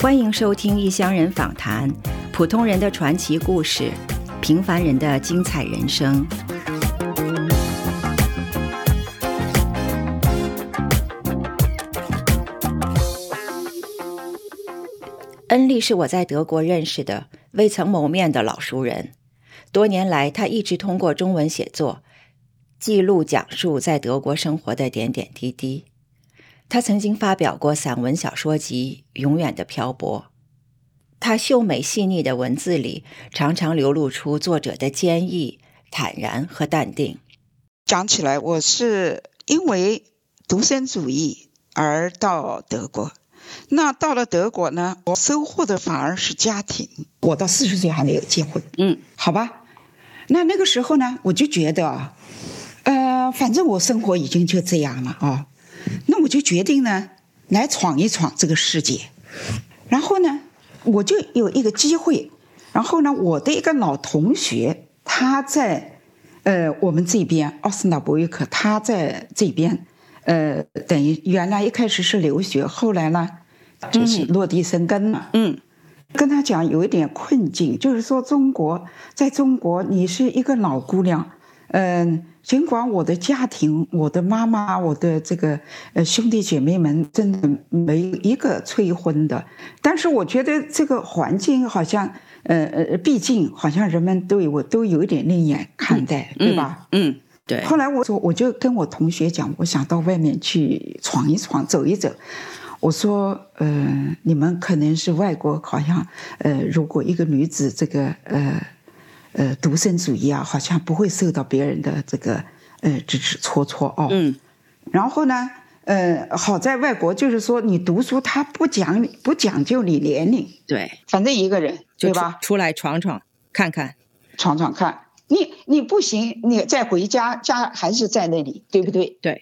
欢迎收听《异乡人访谈》，普通人的传奇故事，平凡人的精彩人生。恩利是我在德国认识的未曾谋面的老熟人，多年来他一直通过中文写作记录讲述在德国生活的点点滴滴。他曾经发表过散文小说集《永远的漂泊》，他秀美细腻的文字里常常流露出作者的坚毅、坦然和淡定。讲起来，我是因为独身主义而到德国。那到了德国呢，我收获的反而是家庭。我到四十岁还没有结婚，嗯，好吧。那那个时候呢，我就觉得啊，呃，反正我生活已经就这样了啊，那我就决定呢，来闯一闯这个世界。然后呢，我就有一个机会，然后呢，我的一个老同学，他在呃我们这边奥斯纳博约克，他在这边。呃，等于原来一开始是留学，后来呢，就是落地生根了。嗯，跟他讲有一点困境，就是说中国，在中国你是一个老姑娘，嗯、尽管我的家庭，我的妈妈，我的这个呃兄弟姐妹们，真的没一个催婚的，但是我觉得这个环境好像，呃呃，毕竟好像人们对我都有一点另眼看待，对吧？嗯，对，后来我说，我就跟我同学讲，我想到外面去闯一闯，走一走。我说，呃，你们可能是外国，好像，呃，如果一个女子这个，呃，呃，独身主义啊，好像不会受到别人的这个，呃，指指戳戳哦。嗯然后呢，呃，好在外国就是说，你读书它不讲不讲究你年龄，对，反正一个人，对吧？出来闯闯看看，闯闯看。你你不行，你再回家，家还是在那里，对不对？嗯对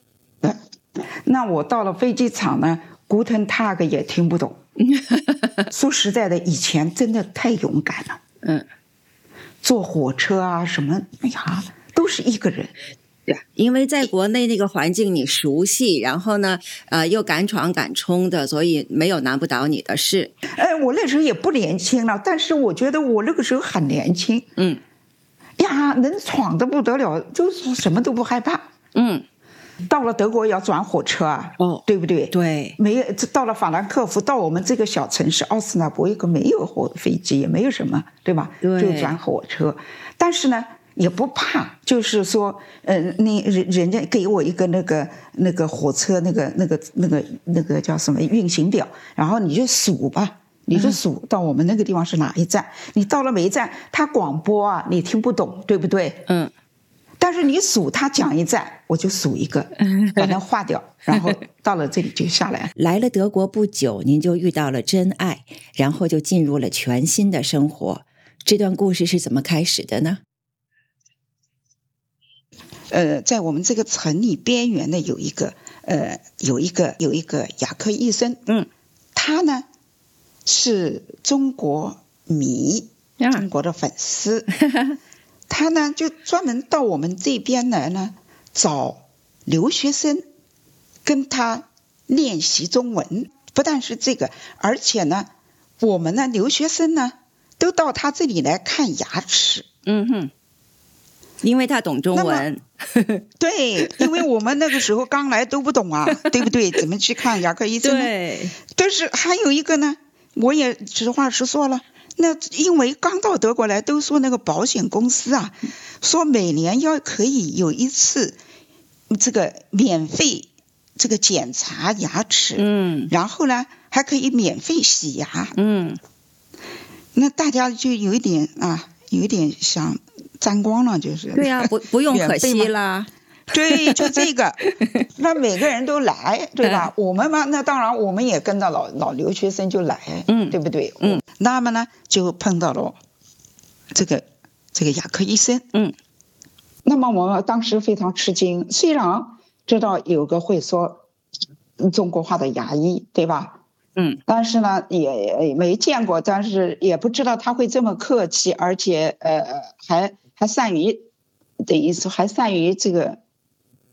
对，那我到了飞机场呢，Guten Tag 也听不 懂。说实在的，以前真的太勇敢了，嗯，坐火车啊什么，哎呀，都是一个人。对，因为在国内那个环境你熟悉，然后呢，呃，又敢闯敢冲的，所以没有难不倒你的事。哎，我那时候也不年轻了，但是我觉得我那个时候很年轻嗯呀，能闯的不得了，就是什么都不害怕。嗯，到了德国要转火车啊，哦对不对？对，没有，这到了法兰克福，到我们这个小城市奥斯纳博伊克，没有火飞机，也没有什么，对吧？对就转火车。但是呢，也不怕，就是说，呃，那人人家给我一个那个那个火车那个那个那个那个叫什么运行表，然后你就数吧。你就数到我们那个地方是哪一站，你到了每一站，他广播啊，你听不懂，对不对？嗯，但是你数他讲一站，我就数一个，把它划掉，然后到了这里就下来了。来了德国不久，您就遇到了真爱，然后就进入了全新的生活。这段故事是怎么开始的呢？呃，在我们这个城里边缘呢，有一个呃，有一个有一个牙科医生，嗯，他呢是中国迷，啊中国的粉丝，他呢就专门到我们这边来呢找留学生跟他练习中文。不但是这个，而且呢，我们呢留学生呢都到他这里来看牙齿。嗯哼，因为他懂中 文，对，因为我们那个时候刚来都不懂啊，对不对？怎么去看牙科医生呢？对，但是还有一个呢，我也实话实说了。那因为刚到德国来，都说那个保险公司啊，说每年要可以有一次这个免费这个检查牙齿，嗯然后呢还可以免费洗牙。嗯那大家就有一点啊，有一点想沾光了，就是对呀、不不用可惜啦， 对，就这个，那每个人都来，对吧？嗯我们嘛，那当然我们也跟着老老留学生就来，嗯对不对？嗯，那么呢就碰到了这个这个牙科医生，嗯，那么我们当时非常吃惊，虽然知道有个会说中国话的牙医，对吧？嗯但是呢，也也没见过，但是也不知道他会这么客气，而且呃，还还善于，等于说还善于这个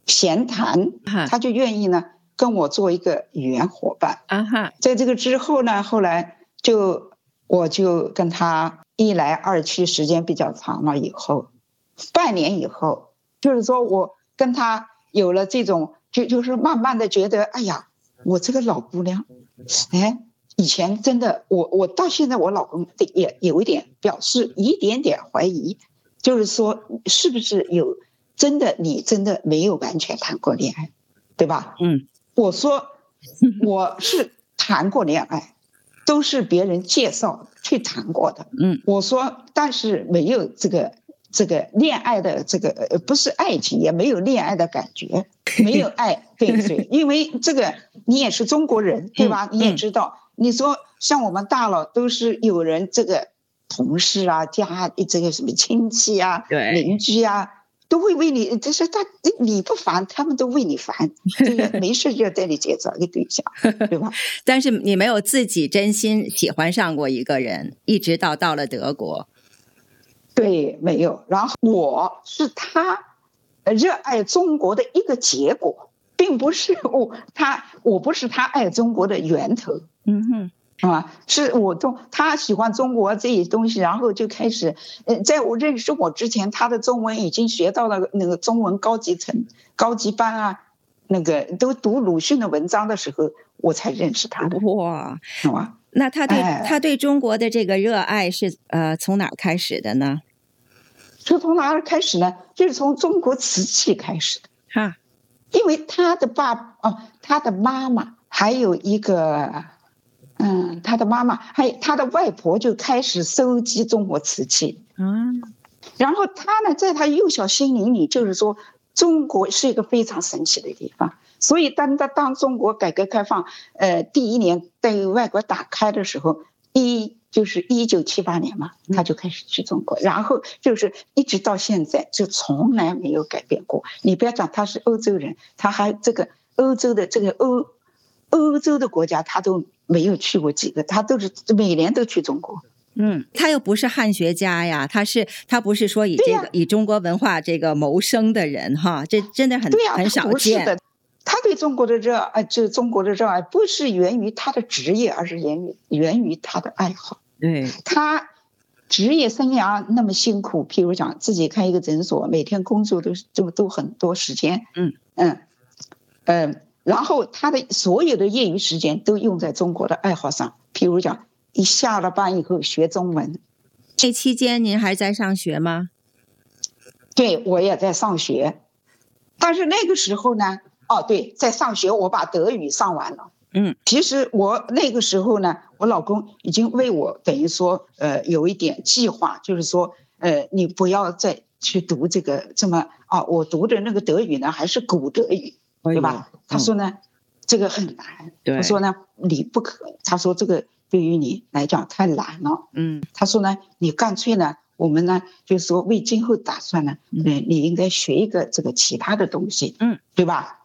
闲谈哈，嗯他就愿意呢跟我做一个语言伙伴。啊 哈，在这个之后呢，后来就我就跟他一来二去，时间比较长了以后，半年以后，就是说我跟他有了这种，就就是慢慢的觉得，哎呀，我这个老姑娘，哎，以前真的，我我到现在我老公也有一点表示一点点怀疑，就是说是不是有真的你真的没有完全谈过恋爱，对吧？嗯，我说我是谈过恋爱，都是别人介绍去谈过的。嗯，我说但是没有这个这个恋爱的这个呃不是爱情，也没有恋爱的感觉，没有爱跟随，因为这个你也是中国人对吧？你也知道，你说像我们大佬都是有人这个同事啊、家这个什么亲戚啊、对邻居啊。都会为你，就是他你不烦，他们都为你烦，这个没事就带你介绍一个对象，对吧？但是你没有自己真心喜欢上过一个人，一直到到了德国。对，没有。然后我是他呃热爱中国的一个结果，并不是我他我不是他爱中国的源头嗯哼，啊，是我中他喜欢中国这些东西，然后就开始，呃，在我认识我之前，他的中文已经学到了那个中文高级层高级班啊，那个都读鲁迅的文章的时候，我才认识他的，哇，懂吗？那他对、哎他对中国的这个热爱是呃从哪儿开始的呢？是从哪儿开始呢？就是从中国瓷器开始的。哈，因为他的爸哦、他的妈妈还有一个，嗯，他的妈妈还有他的外婆就开始收集中国瓷器，啊，然后他呢，在他幼小心灵里，就是说，中国是一个非常神奇的地方。所以当当当中国改革开放，呃，第一年对外国打开的时候，一就是一九七八年嘛，他就开始去中国，然后就是一直到现在就从来没有改变过。你不要讲他是欧洲人，他还这个欧洲的这个欧欧洲的国家，他都没有去过几个，他都是每年都去中国。嗯，他又不是汉学家呀，他是他不是说以这对个、呀以中国文化这个谋生的人哈，这真的很、对呀、很他少不是见。的，他对中国的热爱，这中国的热爱不是源于他的职业，而是源于源于他的爱好。对，他职业生涯那么辛苦，譬如讲自己开一个诊所，每天工作都是都都很多时间，嗯嗯嗯，然后他的所有的业余时间都用在中国的爱好上，譬如讲一下了班以后学中文，这期间您还在上学吗？对我也在上学，但是那个时候呢，哦，对，在上学，我把德语上完了。嗯，其实我那个时候呢，我老公已经为我等于说，呃，有一点计划，就是说，呃，你不要再去读这个这么啊，我读的那个德语呢，还是古德语，对吧？他说呢，这个很难。哎嗯对他说呢，你不可，他说这个对于你来讲太难了。嗯，他说呢，你干脆呢，我们呢，就是说为今后打算呢，嗯、你应该学一个这个其他的东西，嗯，对吧？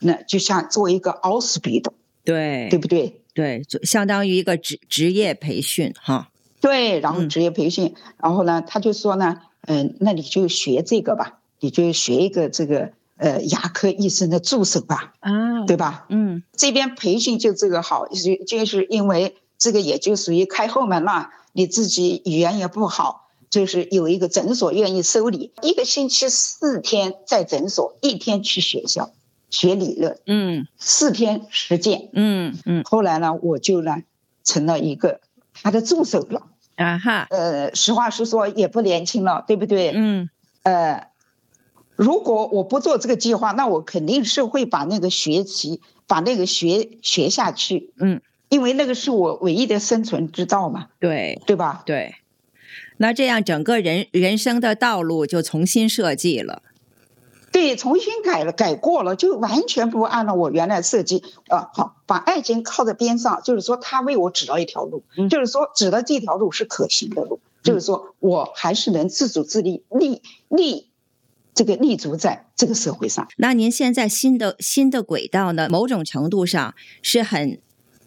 那就像做一个奥斯比的，对对不对？对，就相当于一个职职业培训哈。对，然后嗯职业培训，然后呢，他就说呢，嗯、那你就学这个吧，你就学一个这个呃牙科医生的助手吧，啊，对吧？嗯，这边培训就这个好，就就是因为这个也就属于开后门了，你自己语言也不好，就是有一个诊所愿意收你，一个星期四天在诊所，一天去学校学理论，嗯四天实践。嗯嗯后来呢，我就呢成了一个他的助手了。啊哈，呃，实话实说，也不年轻了，对不对？嗯呃，如果我不做这个计划，那我肯定是会把那个学习，把那个学学下去，嗯，因为那个是我唯一的生存之道嘛，对对吧？对。那这样整个人人生的道路就重新设计了。对，重新改了，改过了，就完全不按照我原来设计。呃，好，把爱情靠在边上，就是说他为我指了一条路，嗯就是说指的这条路是可行的路，就是说我还是能自主自立，立立这个立足在这个社会上。那您现在新的新的轨道呢，某种程度上是很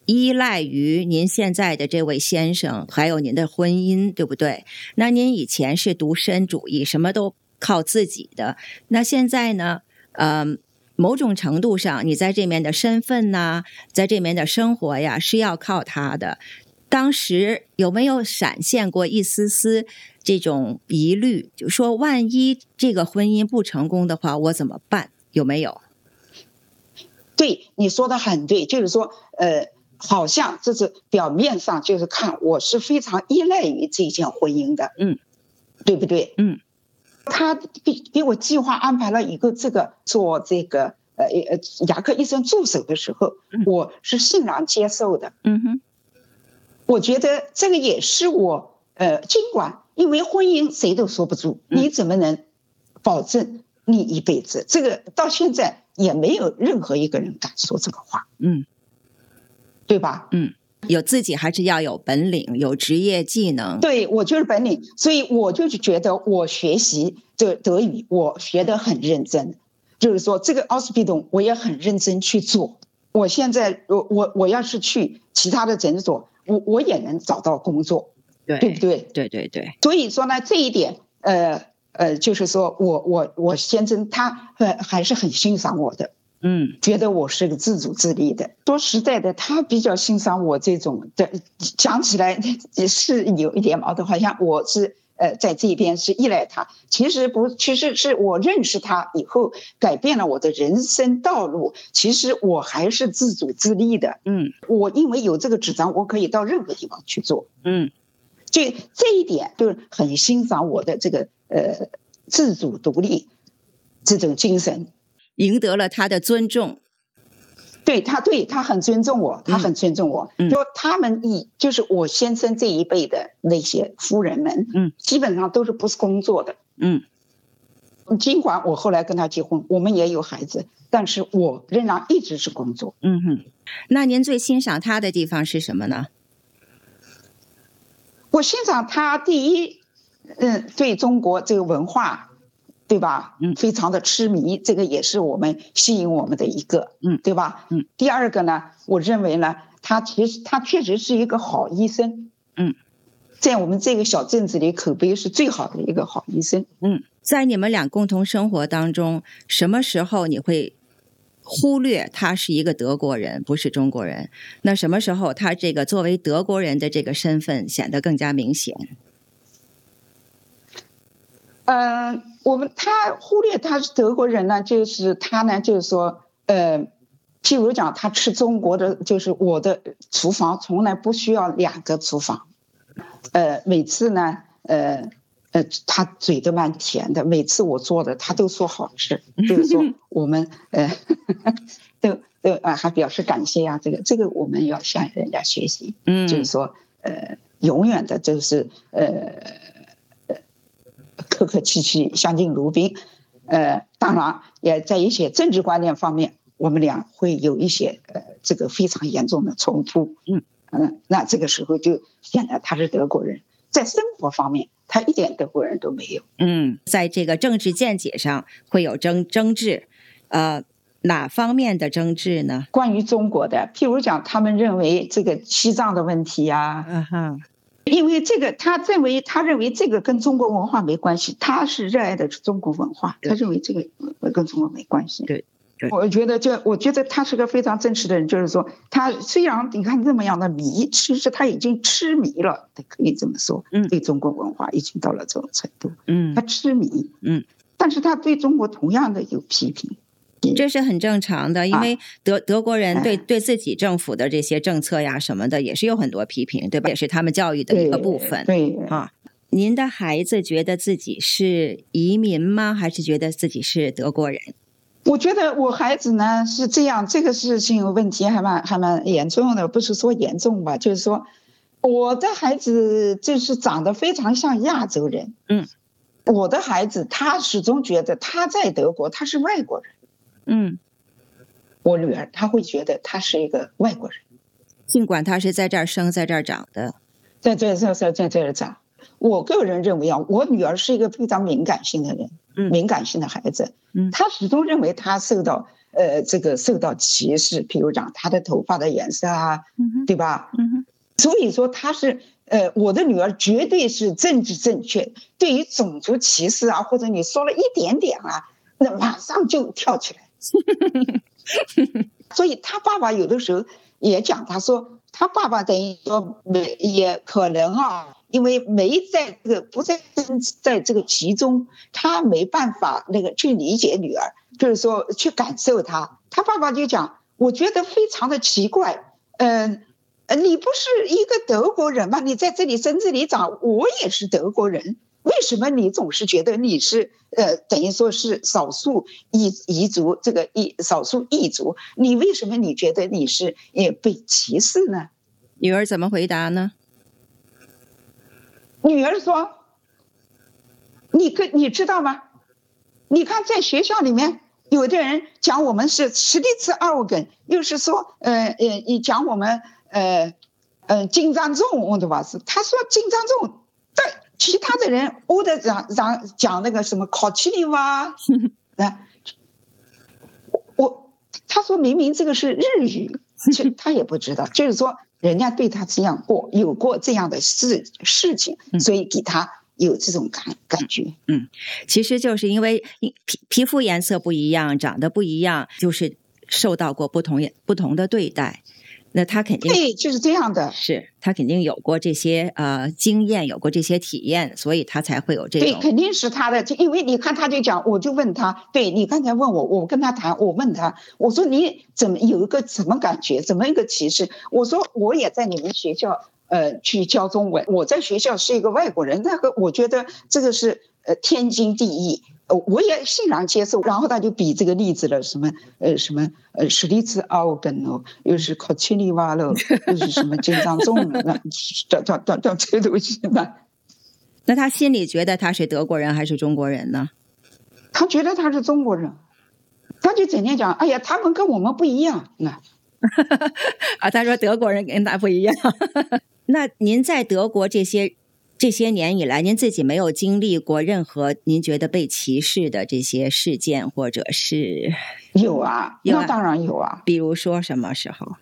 依赖于您现在的这位先生，还有您的婚姻，对不对？那您以前是独身主义，什么都靠自己的，那现在呢？嗯、某种程度上，你在这面的身份呐、在这面的生活呀，是要靠他的。当时有没有闪现过一丝丝这种疑虑？就说万一这个婚姻不成功的话，我怎么办？有没有？对，你说的很对，就是说，呃，好像这是表面上就是看我是非常依赖于这件婚姻的，嗯，对不对？嗯，他给给我计划安排了一个这个做这个呃呃牙科医生助手的时候，嗯我是欣然接受的。嗯哼，我觉得这个也是我呃，尽管因为婚姻谁都说不住，嗯你怎么能保证你一辈子？这个到现在也没有任何一个人敢说这个话，嗯，对吧？有自己还是要有本领，有职业技能。对我就是本领，所以我就是觉得我学习这德语，我学得很认真，就是说这个奥斯比东我也很认真去做。我现在我我我要是去其他的诊所，我我也能找到工作，对对不对？对对对，所以说呢，这一点，呃呃，就是说我我我先生他呃还是很欣赏我的，嗯觉得我是个自主自立的。说实在的，他比较欣赏我这种的，讲起来是有一点矛盾，好像我是呃在这边是依赖他，其实不，其实是我认识他以后改变了我的人生道路。其实我还是自主自立的，嗯我因为有这个主张，我可以到任何地方去做。嗯这这一点就是很欣赏我的这个呃自主独立这种精神。赢得了他的尊重。对他，对他很尊重我，他很尊重我。嗯说他们以就是我先生这一辈的那些夫人们，嗯，基本上都是不是工作的。嗯尽管我后来跟他结婚，我们也有孩子，但是我仍然一直是工作。嗯哼，那您最欣赏他的地方是什么呢？我欣赏他第一，嗯，对中国这个文化，对吧？嗯非常的痴迷，这个也是我们吸引我们的一个，嗯对吧？嗯。第二个呢，我认为呢，他其实他确实是一个好医生，嗯，在我们这个小镇子里口碑是最好的一个好医生。嗯，在你们俩共同生活当中，什么时候你会忽略他是一个德国人，不是中国人？那什么时候他这个作为德国人的这个身份显得更加明显？呃，我们他忽略他是德国人呢，就是他呢，就是说，呃，譬如讲他吃中国的，就是我的厨房从来不需要两个厨房，呃，每次呢，呃。呃，他嘴都蛮甜的，每次我做的他都说好吃，就是说我们呃， 都都啊还表示感谢呀、这个这个我们要向人家学习。嗯就是说，呃，永远的就是呃呃客客气气、相敬如宾。呃，当然也在一些政治观念方面，我们俩会有一些呃这个非常严重的冲突。嗯嗯，那这个时候就显得他是德国人，在生活方面他一点德国人都没有。嗯，在这个政治见解上会有争争执，呃，哪方面的争执呢？关于中国的，譬如讲，他们认为这个西藏的问题呀、啊哈，因为这个，他认为他认为这个跟中国文化没关系，他是热爱的是中国文化，对他认为这个呃跟中国没关系。对对我觉得这，我觉得他是个非常正式的人，就是说，他虽然你看这么样的迷，其实他已经痴迷了，可以这么说，嗯对中国文化已经到了这种程度，嗯他，痴迷，嗯，但是他对中国同样的有批评，这是很正常的，因为德、德国人对啊哎对自己政府的这些政策呀什么的，也是有很多批评，对吧？也是他们教育的一个部分。对，啊，您的孩子觉得自己是移民吗？还是觉得自己是德国人？我觉得我孩子呢是这样，这个事情问题还蛮还蛮严重的，不是说严重吧，就是说我的孩子就是长得非常像亚洲人，嗯，我的孩子他始终觉得他在德国他是外国人，嗯，我女儿她会觉得他是一个外国人，尽管他是在这儿生，在这儿长的。在这在在在这儿长。我个人认为啊，我女儿是一个非常敏感性的人，嗯敏感性的孩子，嗯她始终认为她受到呃这个受到歧视，譬如讲她的头发的颜色啊，嗯哼，对吧？嗯哼，所以说她是呃，我的女儿绝对是政治正确，对于种族歧视啊，或者你说了一点点啊，那马上就跳起来。所以他爸爸有的时候也讲，他说他爸爸等于说没也可能啊，因为没在这个不在在这个其中，他没办法那个去理解女儿，就是说去感受她。他爸爸就讲，我觉得非常的奇怪，嗯。呃，你不是一个德国人吗？你在这里深圳里长，我也是德国人，为什么你总是觉得你是呃，等于说是少数异彝族这个异少数异族，你为什么你觉得你是也被歧视呢？女儿怎么回答呢？女儿说：“你跟你知道吗？你看在学校里面。”有的人讲我们是十里吃二五梗，又是说，呃呃，你讲我们，呃，呃，金章重，我的吧是，他说金章重，但其他的人我的讲讲讲那个什么考起里哇，啊，我他说明明这个是日语，其实他也不知道，就是说人家对他这样过，有过这样的事事情，所以给他。有这种感感觉，嗯，其实就是因为皮皮肤颜色不一样，长得不一样，就是受到过不同不同的对待。那他肯定对，就是这样的，是他肯定有过这些呃经验，有过这些体验，所以他才会有这种。对，肯定是他的，因为你看，他就讲，我就问他，对你刚才问我，我跟他谈，我问他，我说你怎么有一个什么感觉，怎么一个歧视？我说我也在你们学校。呃，去教中文。我在学校是一个外国人，那个我觉得这个是呃天经地义，呃我也欣然接受。然后他就比这个例子了，什么呃什么呃史力兹奥根哦，又是考奇里瓦喽，又是什么金章 重了，这这这这这东西呢？那他心里觉得他是德国人还是中国人呢？他觉得他是中国人，他就整天讲，哎呀，他们跟我们不一样。那啊，他说德国人跟他不一样。 那您在德国这些这些年以来，您自己没有经历过任何您觉得被歧视的这些事件，或者是有啊？那当然有啊。比如说什么时候？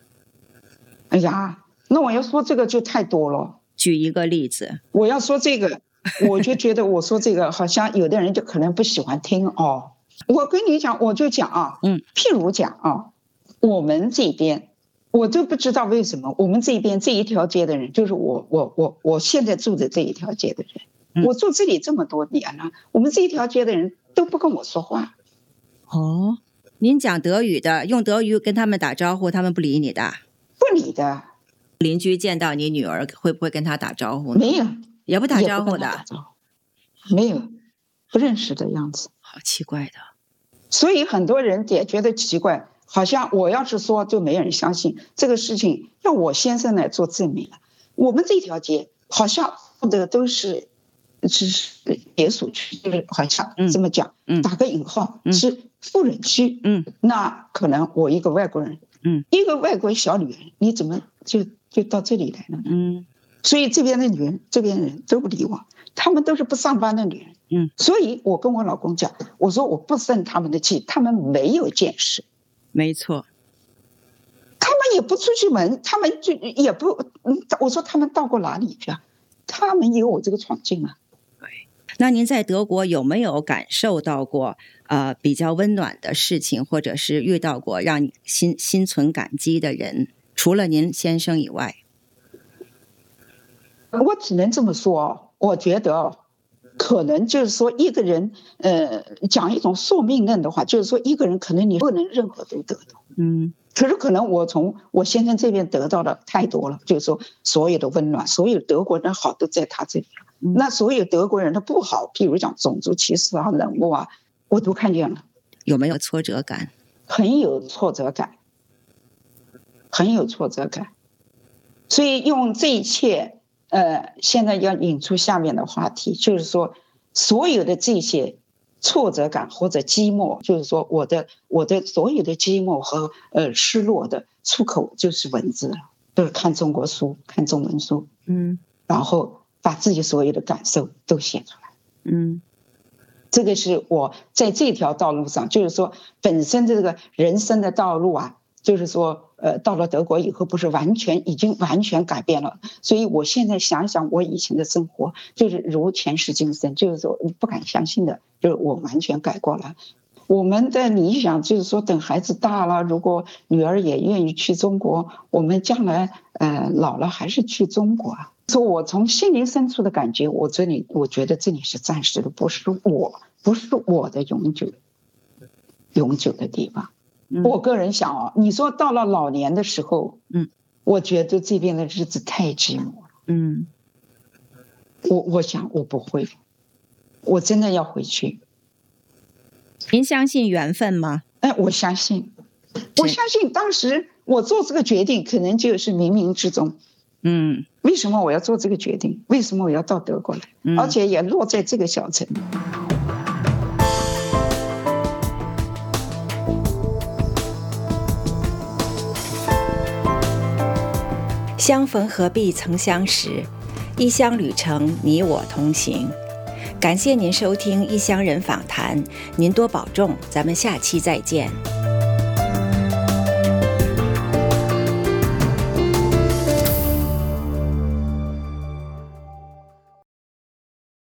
哎呀，那我要说这个就太多了。举一个例子。我要说这个，我就觉得我说这个好像有的人就可能不喜欢听哦。我跟你讲，我就讲啊，嗯，譬如讲啊，我们这边。我都不知道为什么我们这边这一条街的人，就是我我我我现在住的这一条街的人，我住这里这么多年了，我们这一条街的人都不跟我说话。哦，您讲德语的，用德语跟他们打招呼，他们不理你的，不理的。邻居见到你女儿，会不会跟她打招呼？没有，也不打招呼的，没有，不认识的样子，好奇怪的。所以很多人也觉得奇怪。好像我要是说，就没人相信这个事情，要我先生来做证明了。我们这条街好像住的都是，只是别墅区，就是好像这么讲，嗯、打个引号、嗯、是富人区。嗯，那可能我一个外国人，嗯，一个外国小女人，你怎么就就到这里来了呢？嗯，所以这边的女人，这边人都不理我，他们都是不上班的女人。嗯，所以我跟我老公讲，我说我不生他们的气，他们没有见识。没错，他们也不出去门，他们就也不，嗯，我说他们到过哪里去啊？他们有我这个闯劲啊。对，那您在德国有没有感受到过呃比较温暖的事情，或者是遇到过让你心心存感激的人？除了您先生以外，我只能这么说，我觉得。可能就是说，一个人，呃，讲一种宿命论的话，就是说，一个人可能你不能任何都得到，嗯。可是可能我从我先生这边得到的太多了，就是说，所有的温暖，所有德国人好都在他这里了。嗯、那所有德国人的不好，譬如讲种族歧视啊、冷漠啊，我都看见了。有没有挫折感？很有挫折感，很有挫折感。所以用这一切。呃，现在要引出下面的话题，就是说，所有的这些挫折感或者寂寞，就是说，我的我的所有的寂寞和呃失落的出口就是文字了，就是看中国书，看中文书，嗯，然后把自己所有的感受都写出来，嗯，这个是我在这条道路上，就是说，本身这个人生的道路啊。就是说，呃，到了德国以后，不是完全已经完全改变了，所以我现在想想我以前的生活，就是如前世今生，就是说不敢相信的，就是我完全改过来。我们的理想就是说，等孩子大了，如果女儿也愿意去中国，我们将来呃老了还是去中国啊。说我从心灵深处的感觉，我这里我觉得这里是暂时的，不是我不是我的永久永久的地方。嗯我个人想啊，你说到了老年的时候，嗯，我觉得这边的日子太寂寞了。嗯我我想我不会，我真的要回去。您相信缘分吗？哎，我相信，对我相信当时我做这个决定，可能就是冥冥之中。嗯为什么我要做这个决定？为什么我要到德国来？嗯哦而且也落在这个小城。相逢何必曾相识，异乡旅程你我同行。感谢您收听《异乡人访谈》，您多保重，咱们下期再见。